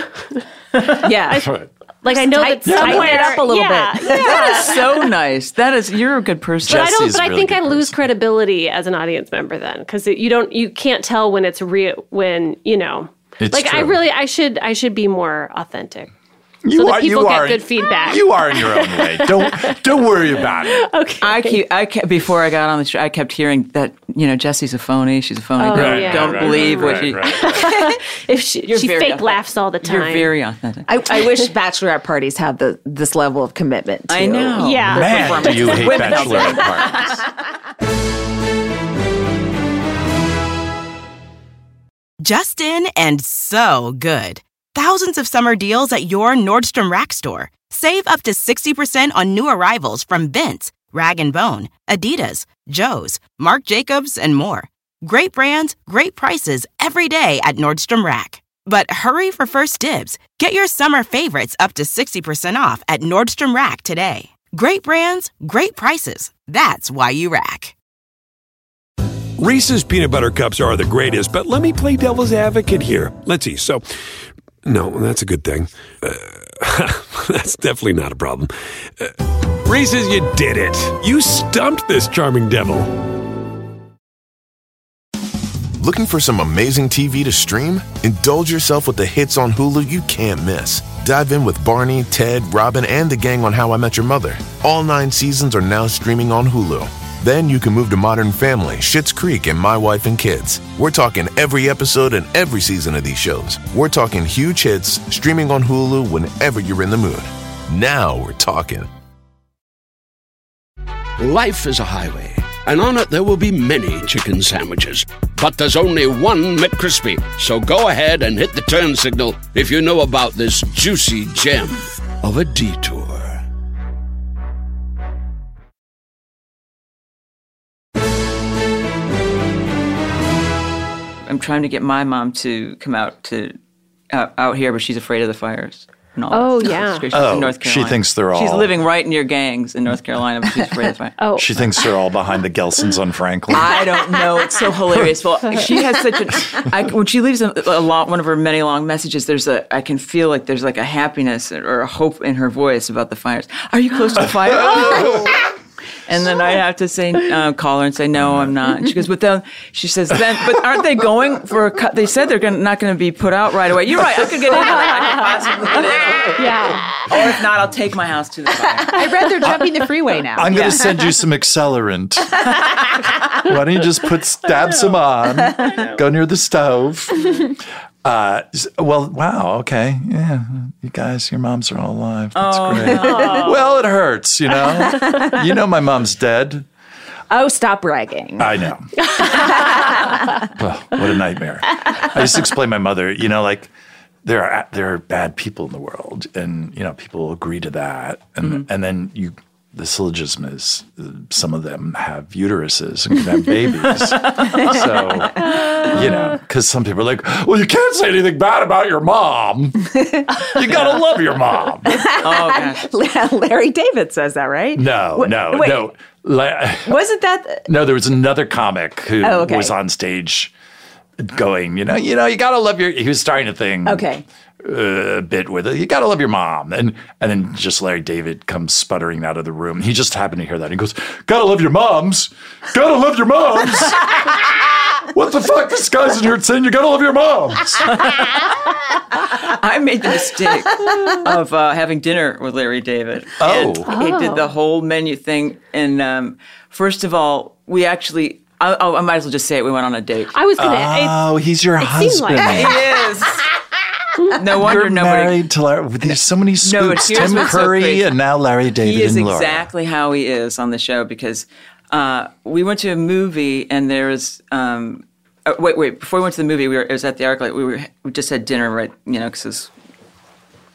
yeah. Like I know that tighten somewhere- it up a little yeah, bit. yeah. That is so nice. That is. You're a good person. But I don't. Jesse's But I really think good I lose person. credibility as an audience member then, because you don't. You can't tell when it's real. When you know. It's like I true. really, I should, I should be more authentic. You that are, people you get are, good feedback. You are in your own way. Don't don't worry about it. Oh, I keep. I kept before I got on the show. I kept hearing that you know Jesse's a phony. She's a phony. don't Oh, yeah. don't believe what she. If she, she fake very authentic. laughs all the time. You're very authentic. I, I wish bachelorette parties had the this level of commitment. To I know. yeah. Oh, Man, do you hate bachelorette parties? Justin and so good. Thousands of summer deals at your Nordstrom Rack store. Save up to 60% on new arrivals from Vince, Rag & Bone, Adidas, Joe's, Marc Jacobs, and more. Great brands, great prices every day at Nordstrom Rack. But hurry for first dibs. Get your summer favorites up to 60% off at Nordstrom Rack today. Great brands, great prices. That's why you rack. Reese's peanut butter cups are the greatest, but let me play devil's advocate here. Let's see. So, no, that's a good thing. Uh, that's definitely not a problem. Uh, Reese's, you did it. You stumped this charming devil. Looking for some amazing TV to stream? Indulge yourself with the hits on Hulu you can't miss. Dive in with Barney, Ted, Robin, and the gang on How I Met Your Mother. All nine seasons are now streaming on Hulu. Then you can move to Modern Family, Schitt's Creek, and My Wife and Kids. We're talking every episode and every season of these shows. We're talking huge hits streaming on Hulu whenever you're in the mood. Now we're talking. Life is a highway, and on it there will be many chicken sandwiches. But there's only one McCrispy. So go ahead and hit the turn signal if you know about this juicy gem of a detour. I'm trying to get my mom to come out to out, out here, but she's afraid of the fires. and all that Oh, stuff. yeah. It's great. She's Oh, from North she Carolina. thinks they're She's all- living right near gangs in North Carolina, but she's afraid of the fire. Oh, She thinks they're all behind the Gelsons on Franklin. I don't know. It's so hilarious. Well, she has such a. I, when she leaves a, a long, one of her many long messages, there's a. I can feel like there's like a happiness or a hope in her voice about the fires. Are you close to the fire? And then I have to say, uh, call her and say, no, I'm not. And she goes, but then she says, then, but aren't they going for a cut? They said they're gonna, not going to be put out right away. You're right. I could get in. on that. I could possibly get in. yeah. Or if not, I'll take my house to the fire. I read they're jumping the freeway now. I'm going to send you some accelerant. Why don't you just put stab some on? Go near the stove. Uh, s- well, wow. Okay. Yeah. You guys, your moms are all alive. That's great. Well, it hurts, you know? you know, my mom's dead. oh, stop bragging. I know. well, what a nightmare. I used to explain to my mother, you know, like there are there are bad people in the world, and you know people agree to that, and Mm-hmm. and then you. The syllogism is uh, some of them have uteruses and can have babies. so, you know, because some people are like, well, you can't say anything bad about your mom. You got to love your mom. Oh, gosh. Larry David says that, right? No, Wait- no, wait, no. Like- Wasn't that? No, there was another comic who Oh, okay. was on stage going, you know, you know, you gotta love your. He was starting a thing, Okay. a bit with it. You gotta love your mom, and and then just Larry David comes sputtering out of the room. He just happened to hear that. He goes, "Gotta love your moms, gotta love your moms." What the fuck? This guy's in here saying you gotta love your moms. I made the mistake of uh, having dinner with Larry David. Oh. And He did the whole menu thing. And um, first of all, we actually, I, oh, I might as well just say it, we went on a date. I was gonna. it- Oh, he's your seemed like husband. He is. No wonder You're nobody. married to Larry. There's so many scoops. here's Tim what's so Curry crazy. and now Larry David He is and Laura. exactly how he is on the show because uh, we went to a movie and there was. Um, uh, wait, wait. Before we went to the movie, we were it was at the ArcLight. We were we just had dinner, right? You know, because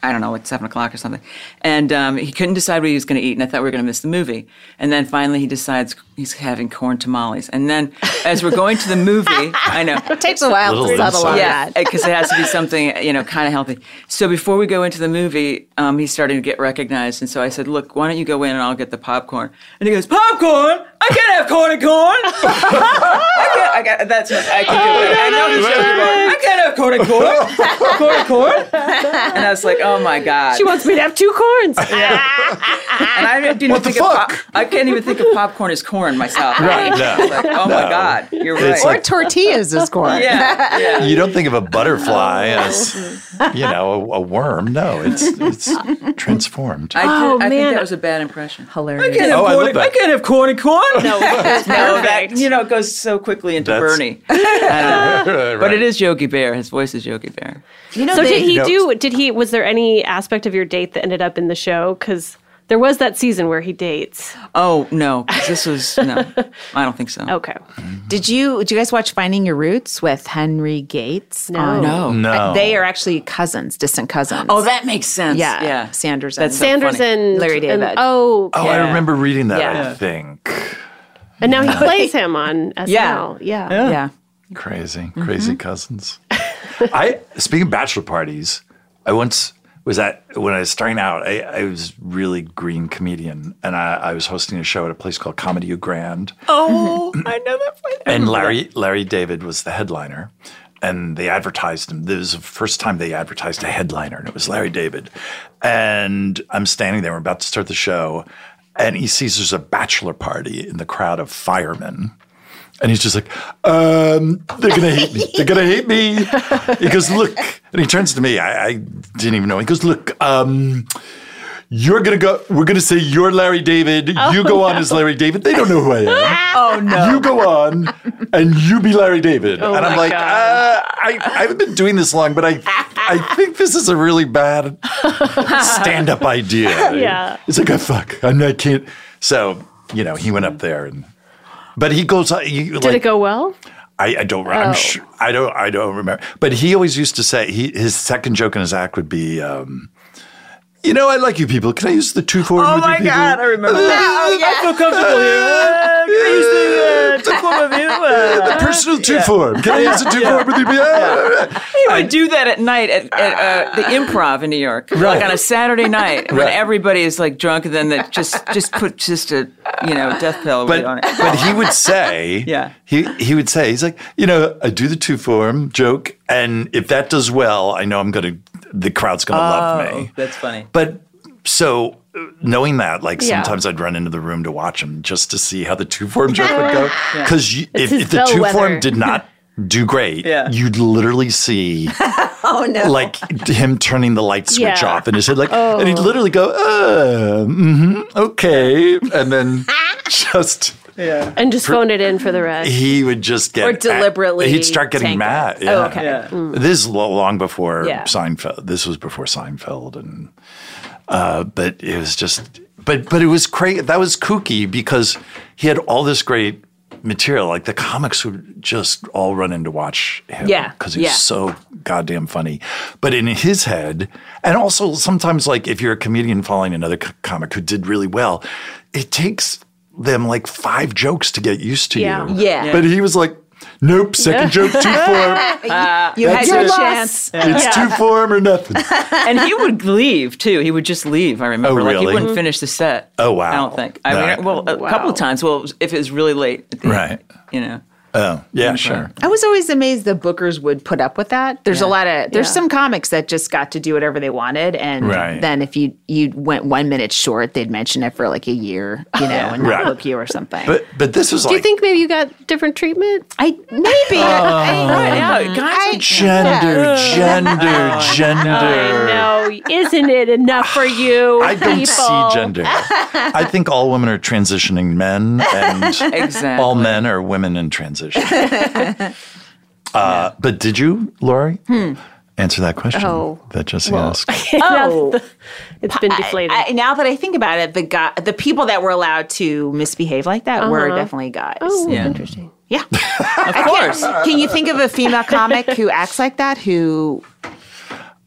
I don't know, like seven o'clock or something. And um, he couldn't decide what he was going to eat, and I thought we were going to miss the movie. And then finally, he decides he's having corn tamales. And then, as we're going to the movie, I know It takes a while to Little settle on insight. that. because it has to be something you know kind of healthy. So before we go into the movie, um, he's starting to get recognized, and so I said, "Look, why don't you go in and I'll get the popcorn?" And he goes, "Popcorn? I can't have corn and corn. I can't. I got that's what I can Oh, do. it. I know he's going, I can't have corn and corn. corn and corn." And I was like, "Oh my god!" she wants me to have two corns. and I didn't even What the think of fuck? I can't even think of popcorn as corn myself. Right, no. Like, oh my god, you're right. It's like- Tortillas is corn. yeah, yeah. you don't think of a butterfly as you know a, a worm. No, it's it's transformed. I, did, Oh, I think man. that was a bad impression. I Hilarious. can't, have Oh, I corn, love that. I can't have corn and corn. No, No, that, you know, it goes so quickly into That's- Bernie. I don't know. But it is Yogi Bear. His voice is Yogi Bear. You know, So they- did he No. do? Did he? Was there any aspect of your date that ended up in the show? Because there was that season where he dates. Oh, no. 'cause This was, no. I don't think so. Oh. Okay. Did you did you guys watch Finding Your Roots with Henry Gates? No. on- No. No. They are actually cousins, distant cousins. Oh, that makes sense. yeah, Yeah. Sanders. That's and, Sanders funny. and Larry and- David. oh, oh, okay. I remember reading that. Yeah. I think and now he plays him on SNL. Yeah. yeah. crazy, Mm-hmm. crazy cousins. I speaking of bachelor parties, I once was at when I was starting out. I, I was really green comedian, and I, I was hosting a show at a place called Comedy U Grand. Oh, I know that funny. and Larry Larry David was the headliner, and they advertised him. This was the first time they advertised a headliner, and it was Larry David. And I'm standing there, we're about to start the show, and he sees there's a bachelor party in the crowd of firemen. And he's just like, um, they're going to hate me. They're going to hate me. He goes, look. And he turns to me. I, I didn't even know. He goes, look, um, you're going to go. We're going to say you're Larry David. Oh, you go on as Larry David. They don't know who I am. Oh no. You go on and you be Larry David. and I'm Oh, my like, uh, God. I, I haven't been doing this long, but I, I think this is a really bad stand up idea. Yeah. It's like, oh, fuck, I'm not, I can't. So, you know, he went up there and, but he goes, uh, he, Did it go well? I, I don't. Oh. I'm sure. I don't. I don't remember. But he always used to say he, his second joke in his act would be, um, "You know, I like you people. Can I use the two form? Oh with you my people? God, I remember that. I feel comfortable here. Uh, can I use the uh, two form of you? Uh, The personal two form. Can I use the two form with you? people? I do that at night at, at uh, the improv in New York, like on a Saturday night when Right. everybody is like drunk, and then that just just put just a you know death pill but weight on it. but he would say Yeah. he he would say he's like you know I do the two form joke and if that does well I know I'm gonna the crowd's gonna love me Oh, That's funny. but so uh, knowing that like Yeah. sometimes I'd run into the room to watch him just to see how the two form joke would go because if, his if the two bellwether. form did not do great Yeah. you'd literally see Oh no! like him turning the light switch Yeah. off in his head, like, Oh. and he'd literally go, uh, hmm okay, and then just And just phone it in for the rest. he would just get Or deliberately he'd start getting tank mad. it. Oh, okay. Yeah. This is lo- long before Yeah. Seinfeld. This was before Seinfeld, and uh, but it was just, but but it was crazy. That was kooky because he had all this great material. Like the comics would just all run in to watch him. Yeah, because he was yeah. so goddamn funny. But in his head, and also sometimes like if you're a comedian following another co- comic who did really well, it takes them like five jokes to get used to Yeah. you. Yeah. But he was like, nope, second joke, two form. you had that's your it. chance. It's two form or nothing. and he would leave too. He would just leave. I remember, Oh, like he really? wouldn't finish the set. Oh, wow. I don't think. I No. mean, well, a couple of times. Well, if it was really late, at the- Right. You know, Oh, yeah, sure. I was always amazed the bookers would put up with that. There's a lot of there's some comics that just got to do whatever they wanted, and Right. then if you you went one minute short, they'd mention it for like a year, you know, and not Right. book you or something. But but this was Do like you think maybe you got different treatment? I maybe I, yeah, guys I, gender, gender, gender. No, isn't it enough for you? I don't see people? gender. I think all women are transitioning men, and Exactly. all men are women in transition. Uh, But did you, Lori, Hmm. answer that question Oh, that Jesse asked? oh. It's been deflated. I, now that I think about it, the guy, the people that were allowed to misbehave like that were Uh-huh. definitely guys. Yeah. Interesting. Yeah. of course. Can you think of a female comic who acts like that who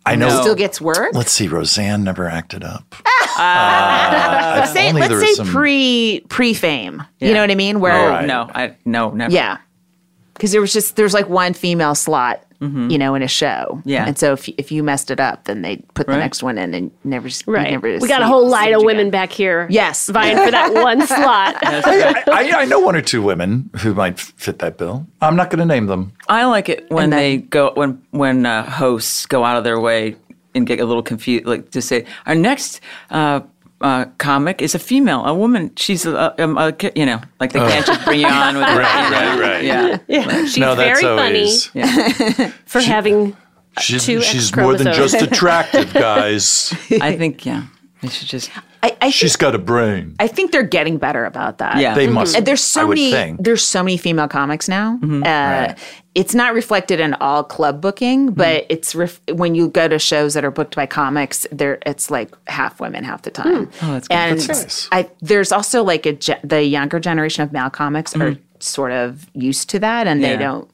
I know. still gets work? Let's see. Roseanne never acted up. Let's say only let's there was say some- pre pre fame. You know what I mean? Where Oh, Right. no, I no never. yeah, because there was just there's like one female slot. Mm-hmm. You know, in a show, Yeah. and so if if you messed it up, then they would put the Right. next one in and never, s- you'd Right. never we see- got a whole see line what of you women got. back here. Yes. Vying for that one slot. I, I, I know one or two women who might fit that bill. I'm not going to name them. I like it when they go when when uh, hosts go out of their way and get a little confused, like to say our next uh, uh, comic is a female, a woman. She's a, um, a ki- you know like they can't just bring you on with right, Oh. right, right. yeah. She's very funny for having. She's, Two X she's more than chromosomes. just attractive, guys. I think yeah, they should just I, I she's think, got a brain. I think they're getting better about that. yeah. They must. Mm-hmm. And there's so I would many. think. There's so many female comics now. Uh, It's not reflected in all club booking, but it's ref- when you go to shows that are booked by comics, there it's like half women half the time. Oh, that's good. And That's nice. I, there's also like a ge- the younger generation of male comics are sort of used to that, and they Yeah. don't.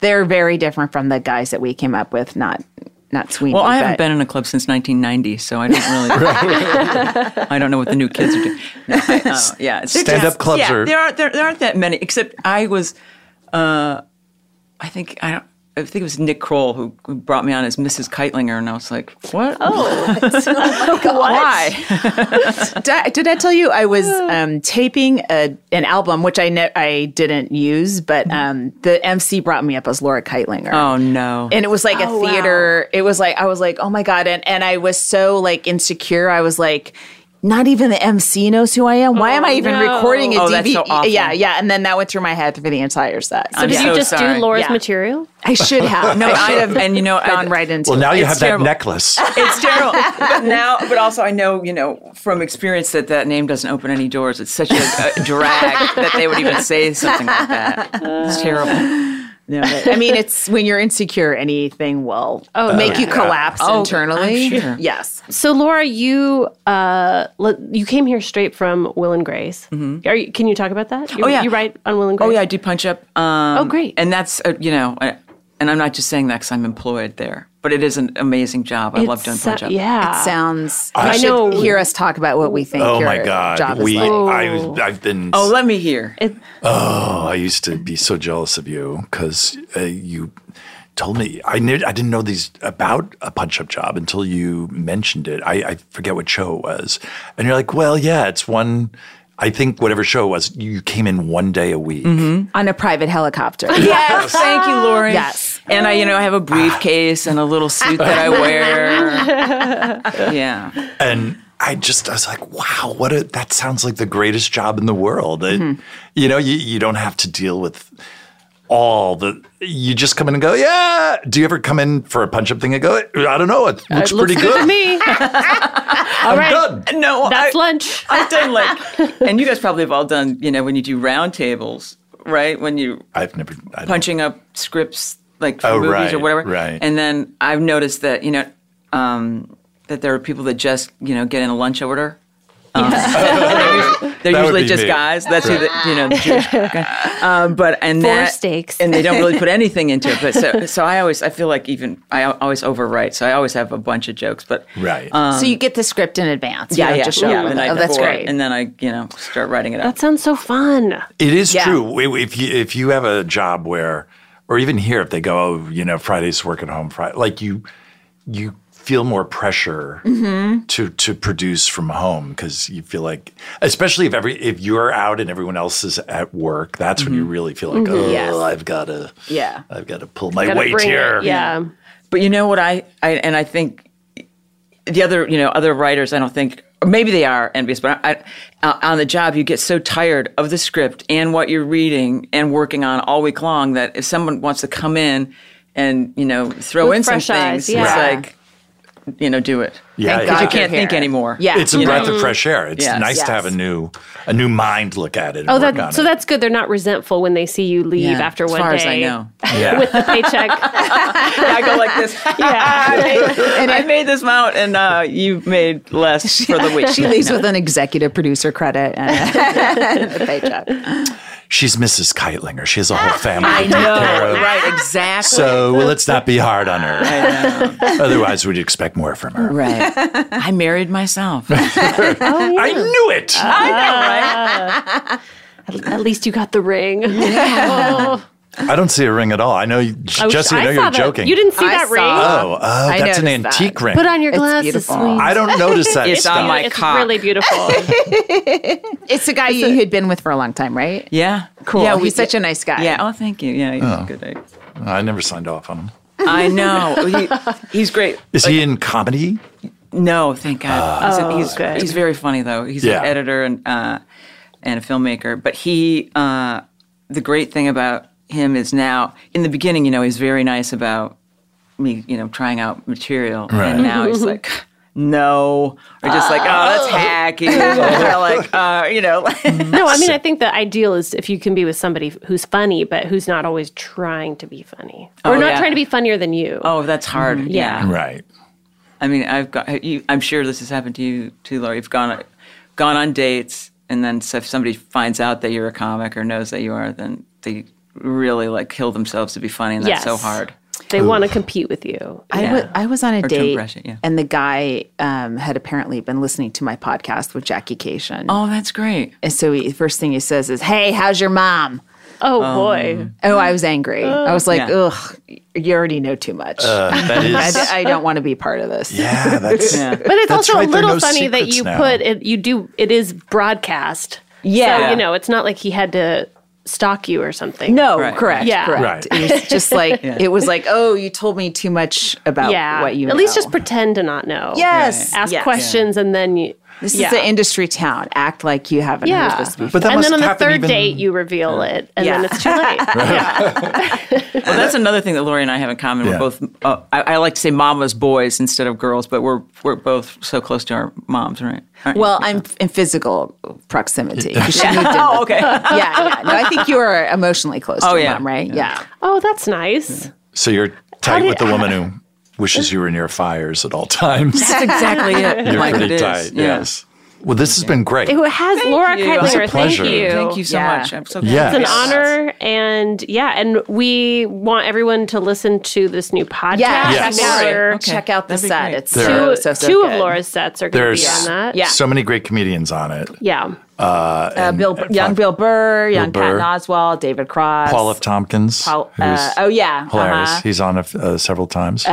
They're very different from the guys that we came up with. Not not Sweeney. Well, I haven't but- been in a club since 1990, so I don't really. I don't know what the new kids are doing. No, I- uh, yeah, it's- Stand-up there's- clubs yeah, are- There aren't there, there aren't that many. Except I was, uh, I think I don't. I think it was Nick Kroll who who brought me on as Mrs. Keitlinger, and I was like, "What? Oh, why? Did I, did I tell you I was um, taping a, an album, which I ne- I didn't use, but um, the MC brought me up as Laura Keitlinger. Mm-hmm. Oh no! And it was like oh a theater. It was like I was like, oh my god, and and I was so like insecure. I was like, not even the MC knows who I am. Why am I even no. recording a Oh, DVD? that's so awful. Yeah, yeah. And then that went through my head for the entire set. So I'm did so you just sorry. do Laura's Yeah. material? I should have. No, I should have. and you know, I- gone right into. Well, now it. you It's have terrible. that necklace. it's terrible. But now, but also, I know you know from experience that that name doesn't open any doors. It's such a, a drag that they would even say something like that. Uh. It's terrible. No, but- I mean, it's when you're insecure, anything will make you collapse Oh, internally. I'm sure. Yes. So Laura, you uh, le- you came here straight from Will and Grace. Are you, can you talk about that? You, Mm-hmm. Oh, yeah. you write on Will and Grace. Oh yeah, I do punch up. Um, Oh, great. And that's uh, you know, I, and I'm not just saying that because I'm employed there, but it is an amazing job. I love doing It's, uh, punch up. Yeah. Sounds. you I should know. Hear us talk about what we think. Oh your my God. Job is We, like. I've, I've been. Oh, let me hear. Oh, I used to be so jealous of you because uh, you told me I knew I didn't know these about a punch up job until you mentioned it. I, I forget what show it was, and you're like, "Well, yeah, it's one." I think whatever show it was, you came in one day a week. on a private helicopter. Yes, thank you, Lauren. Yes. and I, you know, I have a briefcase and a little suit that I wear. yeah, and I just I was like, wow, what a that sounds like the greatest job in the world. It- You know, you, you don't have to deal with all the you just come in and go, yeah. Do you ever come in for a punch up thing and go, I don't know, it looks pretty good. to me. I'm done. no, That's I, lunch. I've done like, and you guys probably have all done. You know, when you do round tables, right? When you I've never I don't- punching up scripts like for Oh, movies right, or whatever. right. And then I've noticed that you know um, that there are people that just you know get in a lunch order. Um, they're That would usually be just me. guys. That's who the, you know the Jewish guy. Um, but and Four that, steaks. and they don't really put anything into it. But so so I always I feel like even I al- always overwrite. So I always have a bunch of jokes. But Right. so you get the script in advance. You yeah, don't yeah, just show yeah, up the with it. night Oh, that's before. great. And then I you know start writing it up. That sounds so fun. It is Yeah. true. I- If you if you have a job where, or even here, if they go, oh, you know, Friday's work at home, Friday, like you, you feel more pressure to to produce from home because you feel like, especially if every if you're out and everyone else is at work, that's when you really feel like, oh, Yes. I've got to, Yeah. I've got to pull my Gotta weight bring it. here. Yeah. But you know what I, I and I think the other you know other writers I don't think or maybe they are envious, but I, uh, on the job you get so tired of the script and what you're reading and working on all week long that if someone wants to come in and you know throw With in some fresh eyes, things, yeah. it's like you know do it. Yeah, Thank yeah. God You can't you're think here. anymore. Yeah. It's a you know? breath of fresh air. It's Yes. nice to have a Yes. new a new mind look at it. And Oh, work on that, so it. that's good. They're not resentful when they see you leave Yeah, after as one day. far as I know. Yeah. With the paycheck. I go like this. and I made this amount, and uh, you made less for the week. she leaves with an executive producer credit and a paycheck. She's Mrs. Keitlinger. She has a whole family. I right? Exactly. So well, let's not be hard on her. Otherwise, we'd expect more from her. Right. I married myself. I knew it. at, at least you got the ring. Oh. I don't see a ring at all. I know, you, I wish- Jesse. I I know saw you're that. joking. You didn't see I that saw ring? it. Oh, oh, I that's an noticed that. antique ring. Put on your It's glasses, beautiful. sweet. I don't notice that It's stuff. on my it's cock. really beautiful. It's the guy you had been with for a long time, right? Yeah. Cool. Yeah, he's such a nice guy. Yeah. Oh, thank you. Yeah, he's a good. egg. I never signed off on him. I know. He- he's great. Is he in comedy? No, thank God. he's, a- he's, good. he's very funny though. He's Yeah. an editor and uh, and a filmmaker. But he, uh, the great thing about him is now in the beginning, you know, he's very nice about me, you know, trying out material, Right. and now Mm-hmm. he's like. No, or just like, oh, that's hacky. or like, uh, you know, No, I mean, I think the ideal is if you can be with somebody who's funny, but who's not always trying to be funny or Oh, not yeah. trying to be funnier than you. oh, that's hard. Yeah. Right. I mean, I've got. You, I'm sure this has happened to you too, Laura. You've gone gone on dates, and then so if somebody finds out that you're a comic or knows that you are, then they really like kill themselves to be funny, and that's so Yes. hard. They want to compete with you. I wa- I was on a to date, impress it, yeah. and the guy um, had apparently been listening to my podcast with Jackie Cation. Oh, that's great. And so he, first thing he says is, "Hey, how's your mom?" Oh, Um, boy. Oh, I was angry. I was like, Yeah. "Ugh, you already know too much. Uh. Uh, That I, is. I don't want to be part of this." yeah, that's. But it's That's also right, a there are little no funny that secrets you now. put it, you do, it is broadcast. Yeah. So, you know, it's not like he had to stalk you or something. No, Right. correct. Yeah. correct. Right. It was just like it was like, oh, you told me too much about Yeah. what you At least know." just pretend to not know. yes, Ask yes. questions and then you, This Yeah. is an industry town. Act like you haven't heard this before. But that and must then on the happen third even- date, you reveal it, and then Yeah. it's too late. yeah. Well, that's another thing that Lori and I have in common. Yeah. We're both, uh, I, I like to say mama's boys instead of girls, but we're, we're both so close to our moms, right? Aren't you? Well, I'm f- in physical proximity. You should need to- oh, okay. yeah, yeah. No, I think you are emotionally close to Oh, your yeah. mom, right? Yeah. Oh, that's nice. So you're tight with the woman who wishes you were near fires at all times. That's exactly it. You're Like it pretty is. tight. Yeah. Yes. Well, this has been great. It has Laura you. Keitler. a It's pleasure. Thank you. Thank you so Yeah. much. I'm so glad. Yes. It's an honor, and yeah, and we want everyone to listen to this new podcast. Yeah. Yes. Check, out, Laura- Okay. check out the That'd be set. great. It's There- so, Two, so, so two good. of Laura's sets are going to There's be on that. Yeah. so many great comedians on it. yeah. Uh, Uh, and Bill, young Bill Burr, young Burr. Patton Oswald, David Cross. Paul F. Tompkins. Paul- who's uh, oh, yeah. Hilarious. Uh-huh. He's on a f uh, several times.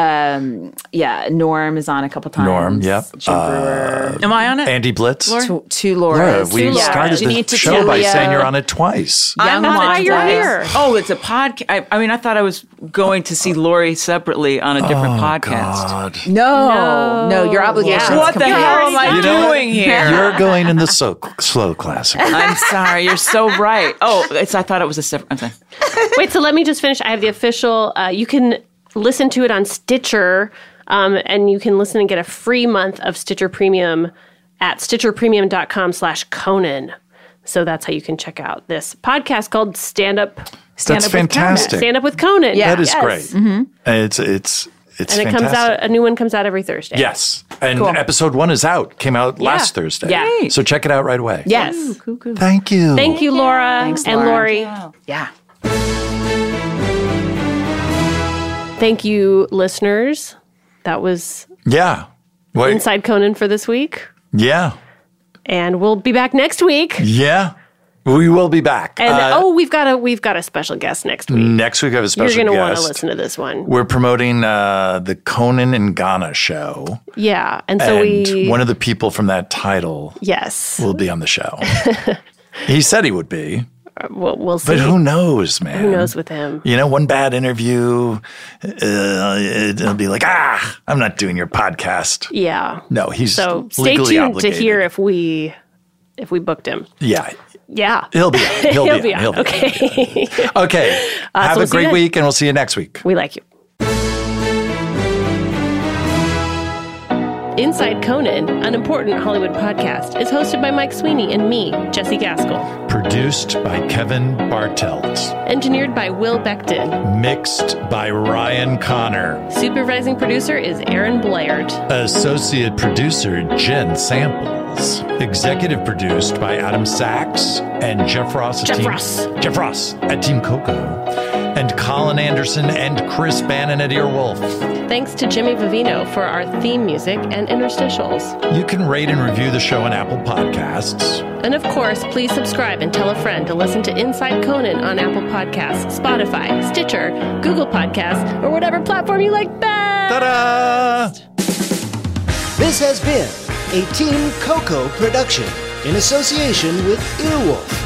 Yeah. Norm is on a couple times. Norm, yep. Uh, Jim Brewer. Am I on it? Andy Blitz. Two, two Laura, Laura's. we Two started Laura's. the Janine show by Tutilio. saying you're on it twice. Young That's why you're Wanda. here. Oh, it's a podcast. I, I mean, I thought I was going to see Lori separately on a different podcast. Oh, God. No, no, your obligation. Yeah. What the hell Oh am I You know doing here? You're going in the so- slow classic. Uh, I'm sorry. You're so right. Oh, it's. I thought it was a separate. I'm sorry. Wait, so let me just finish. I have the official. Uh, you can listen to it on Stitcher, um, and you can listen and get a free month of Stitcher Premium at stitcherpremium.com slash Conan. So that's how you can check out this podcast called Stand Up That's up with Conan. fantastic. Stand Up with Conan. Yeah. That is Yes. Mm-hmm. great. And It's it's it's And it fantastic. comes out, uh, a new one comes out every Thursday. Yes. And episode one is out. Came out last Thursday. Yeah. Great. So check it out right away. Yes. Thank you. Thank you, Laura and Laura. Lori. Yeah. Thank you, listeners. That was Yeah. Wait. Inside Conan for this week. Yeah. And we'll be back next week. Yeah. We will be back. And Uh, oh, we've got a we've got a special guest next week. next week I have a Mm, You're special going to want to guest. listen to this one. We're promoting uh, the Conan and Ghana show. Yeah. And so And we one of the people from that title yes. will be on the show. he said he would be, We'll, we'll see. but who knows, man? Who knows with him? You know, one bad interview, uh, it'll be like, ah, I'm not doing your podcast. Yeah. No, he's So stay legally tuned obligated. to hear if we if we booked him. Yeah, Yeah. he'll be. On. He'll, He'll be. on. He'll be. on. okay. Okay. Have so we'll a see you great then. week, and we'll see you next week. we like you. Inside Conan, an important Hollywood podcast, is hosted by Mike Sweeney and me, Jesse Gaskell. Produced by Kevin Bartelt. Engineered by Will Beckton. Mixed by Ryan Connor. Supervising producer is Aaron Blaird. Associate producer Jen Samples. Executive produced by Adam Sachs and Jeff Ross. at Jeff Team- Ross. Jeff Ross at Team Coco. And Colin Anderson and Chris Bannon at Earwolf. Thanks to Jimmy Vivino for our theme music and interstitials. You can rate and review the show on Apple Podcasts. And of course, please subscribe and tell a friend to listen to Inside Conan on Apple Podcasts, Spotify, Stitcher, Google Podcasts, or whatever platform you like best. Ta-da! This has been a Team Coco production in association with Earwolf.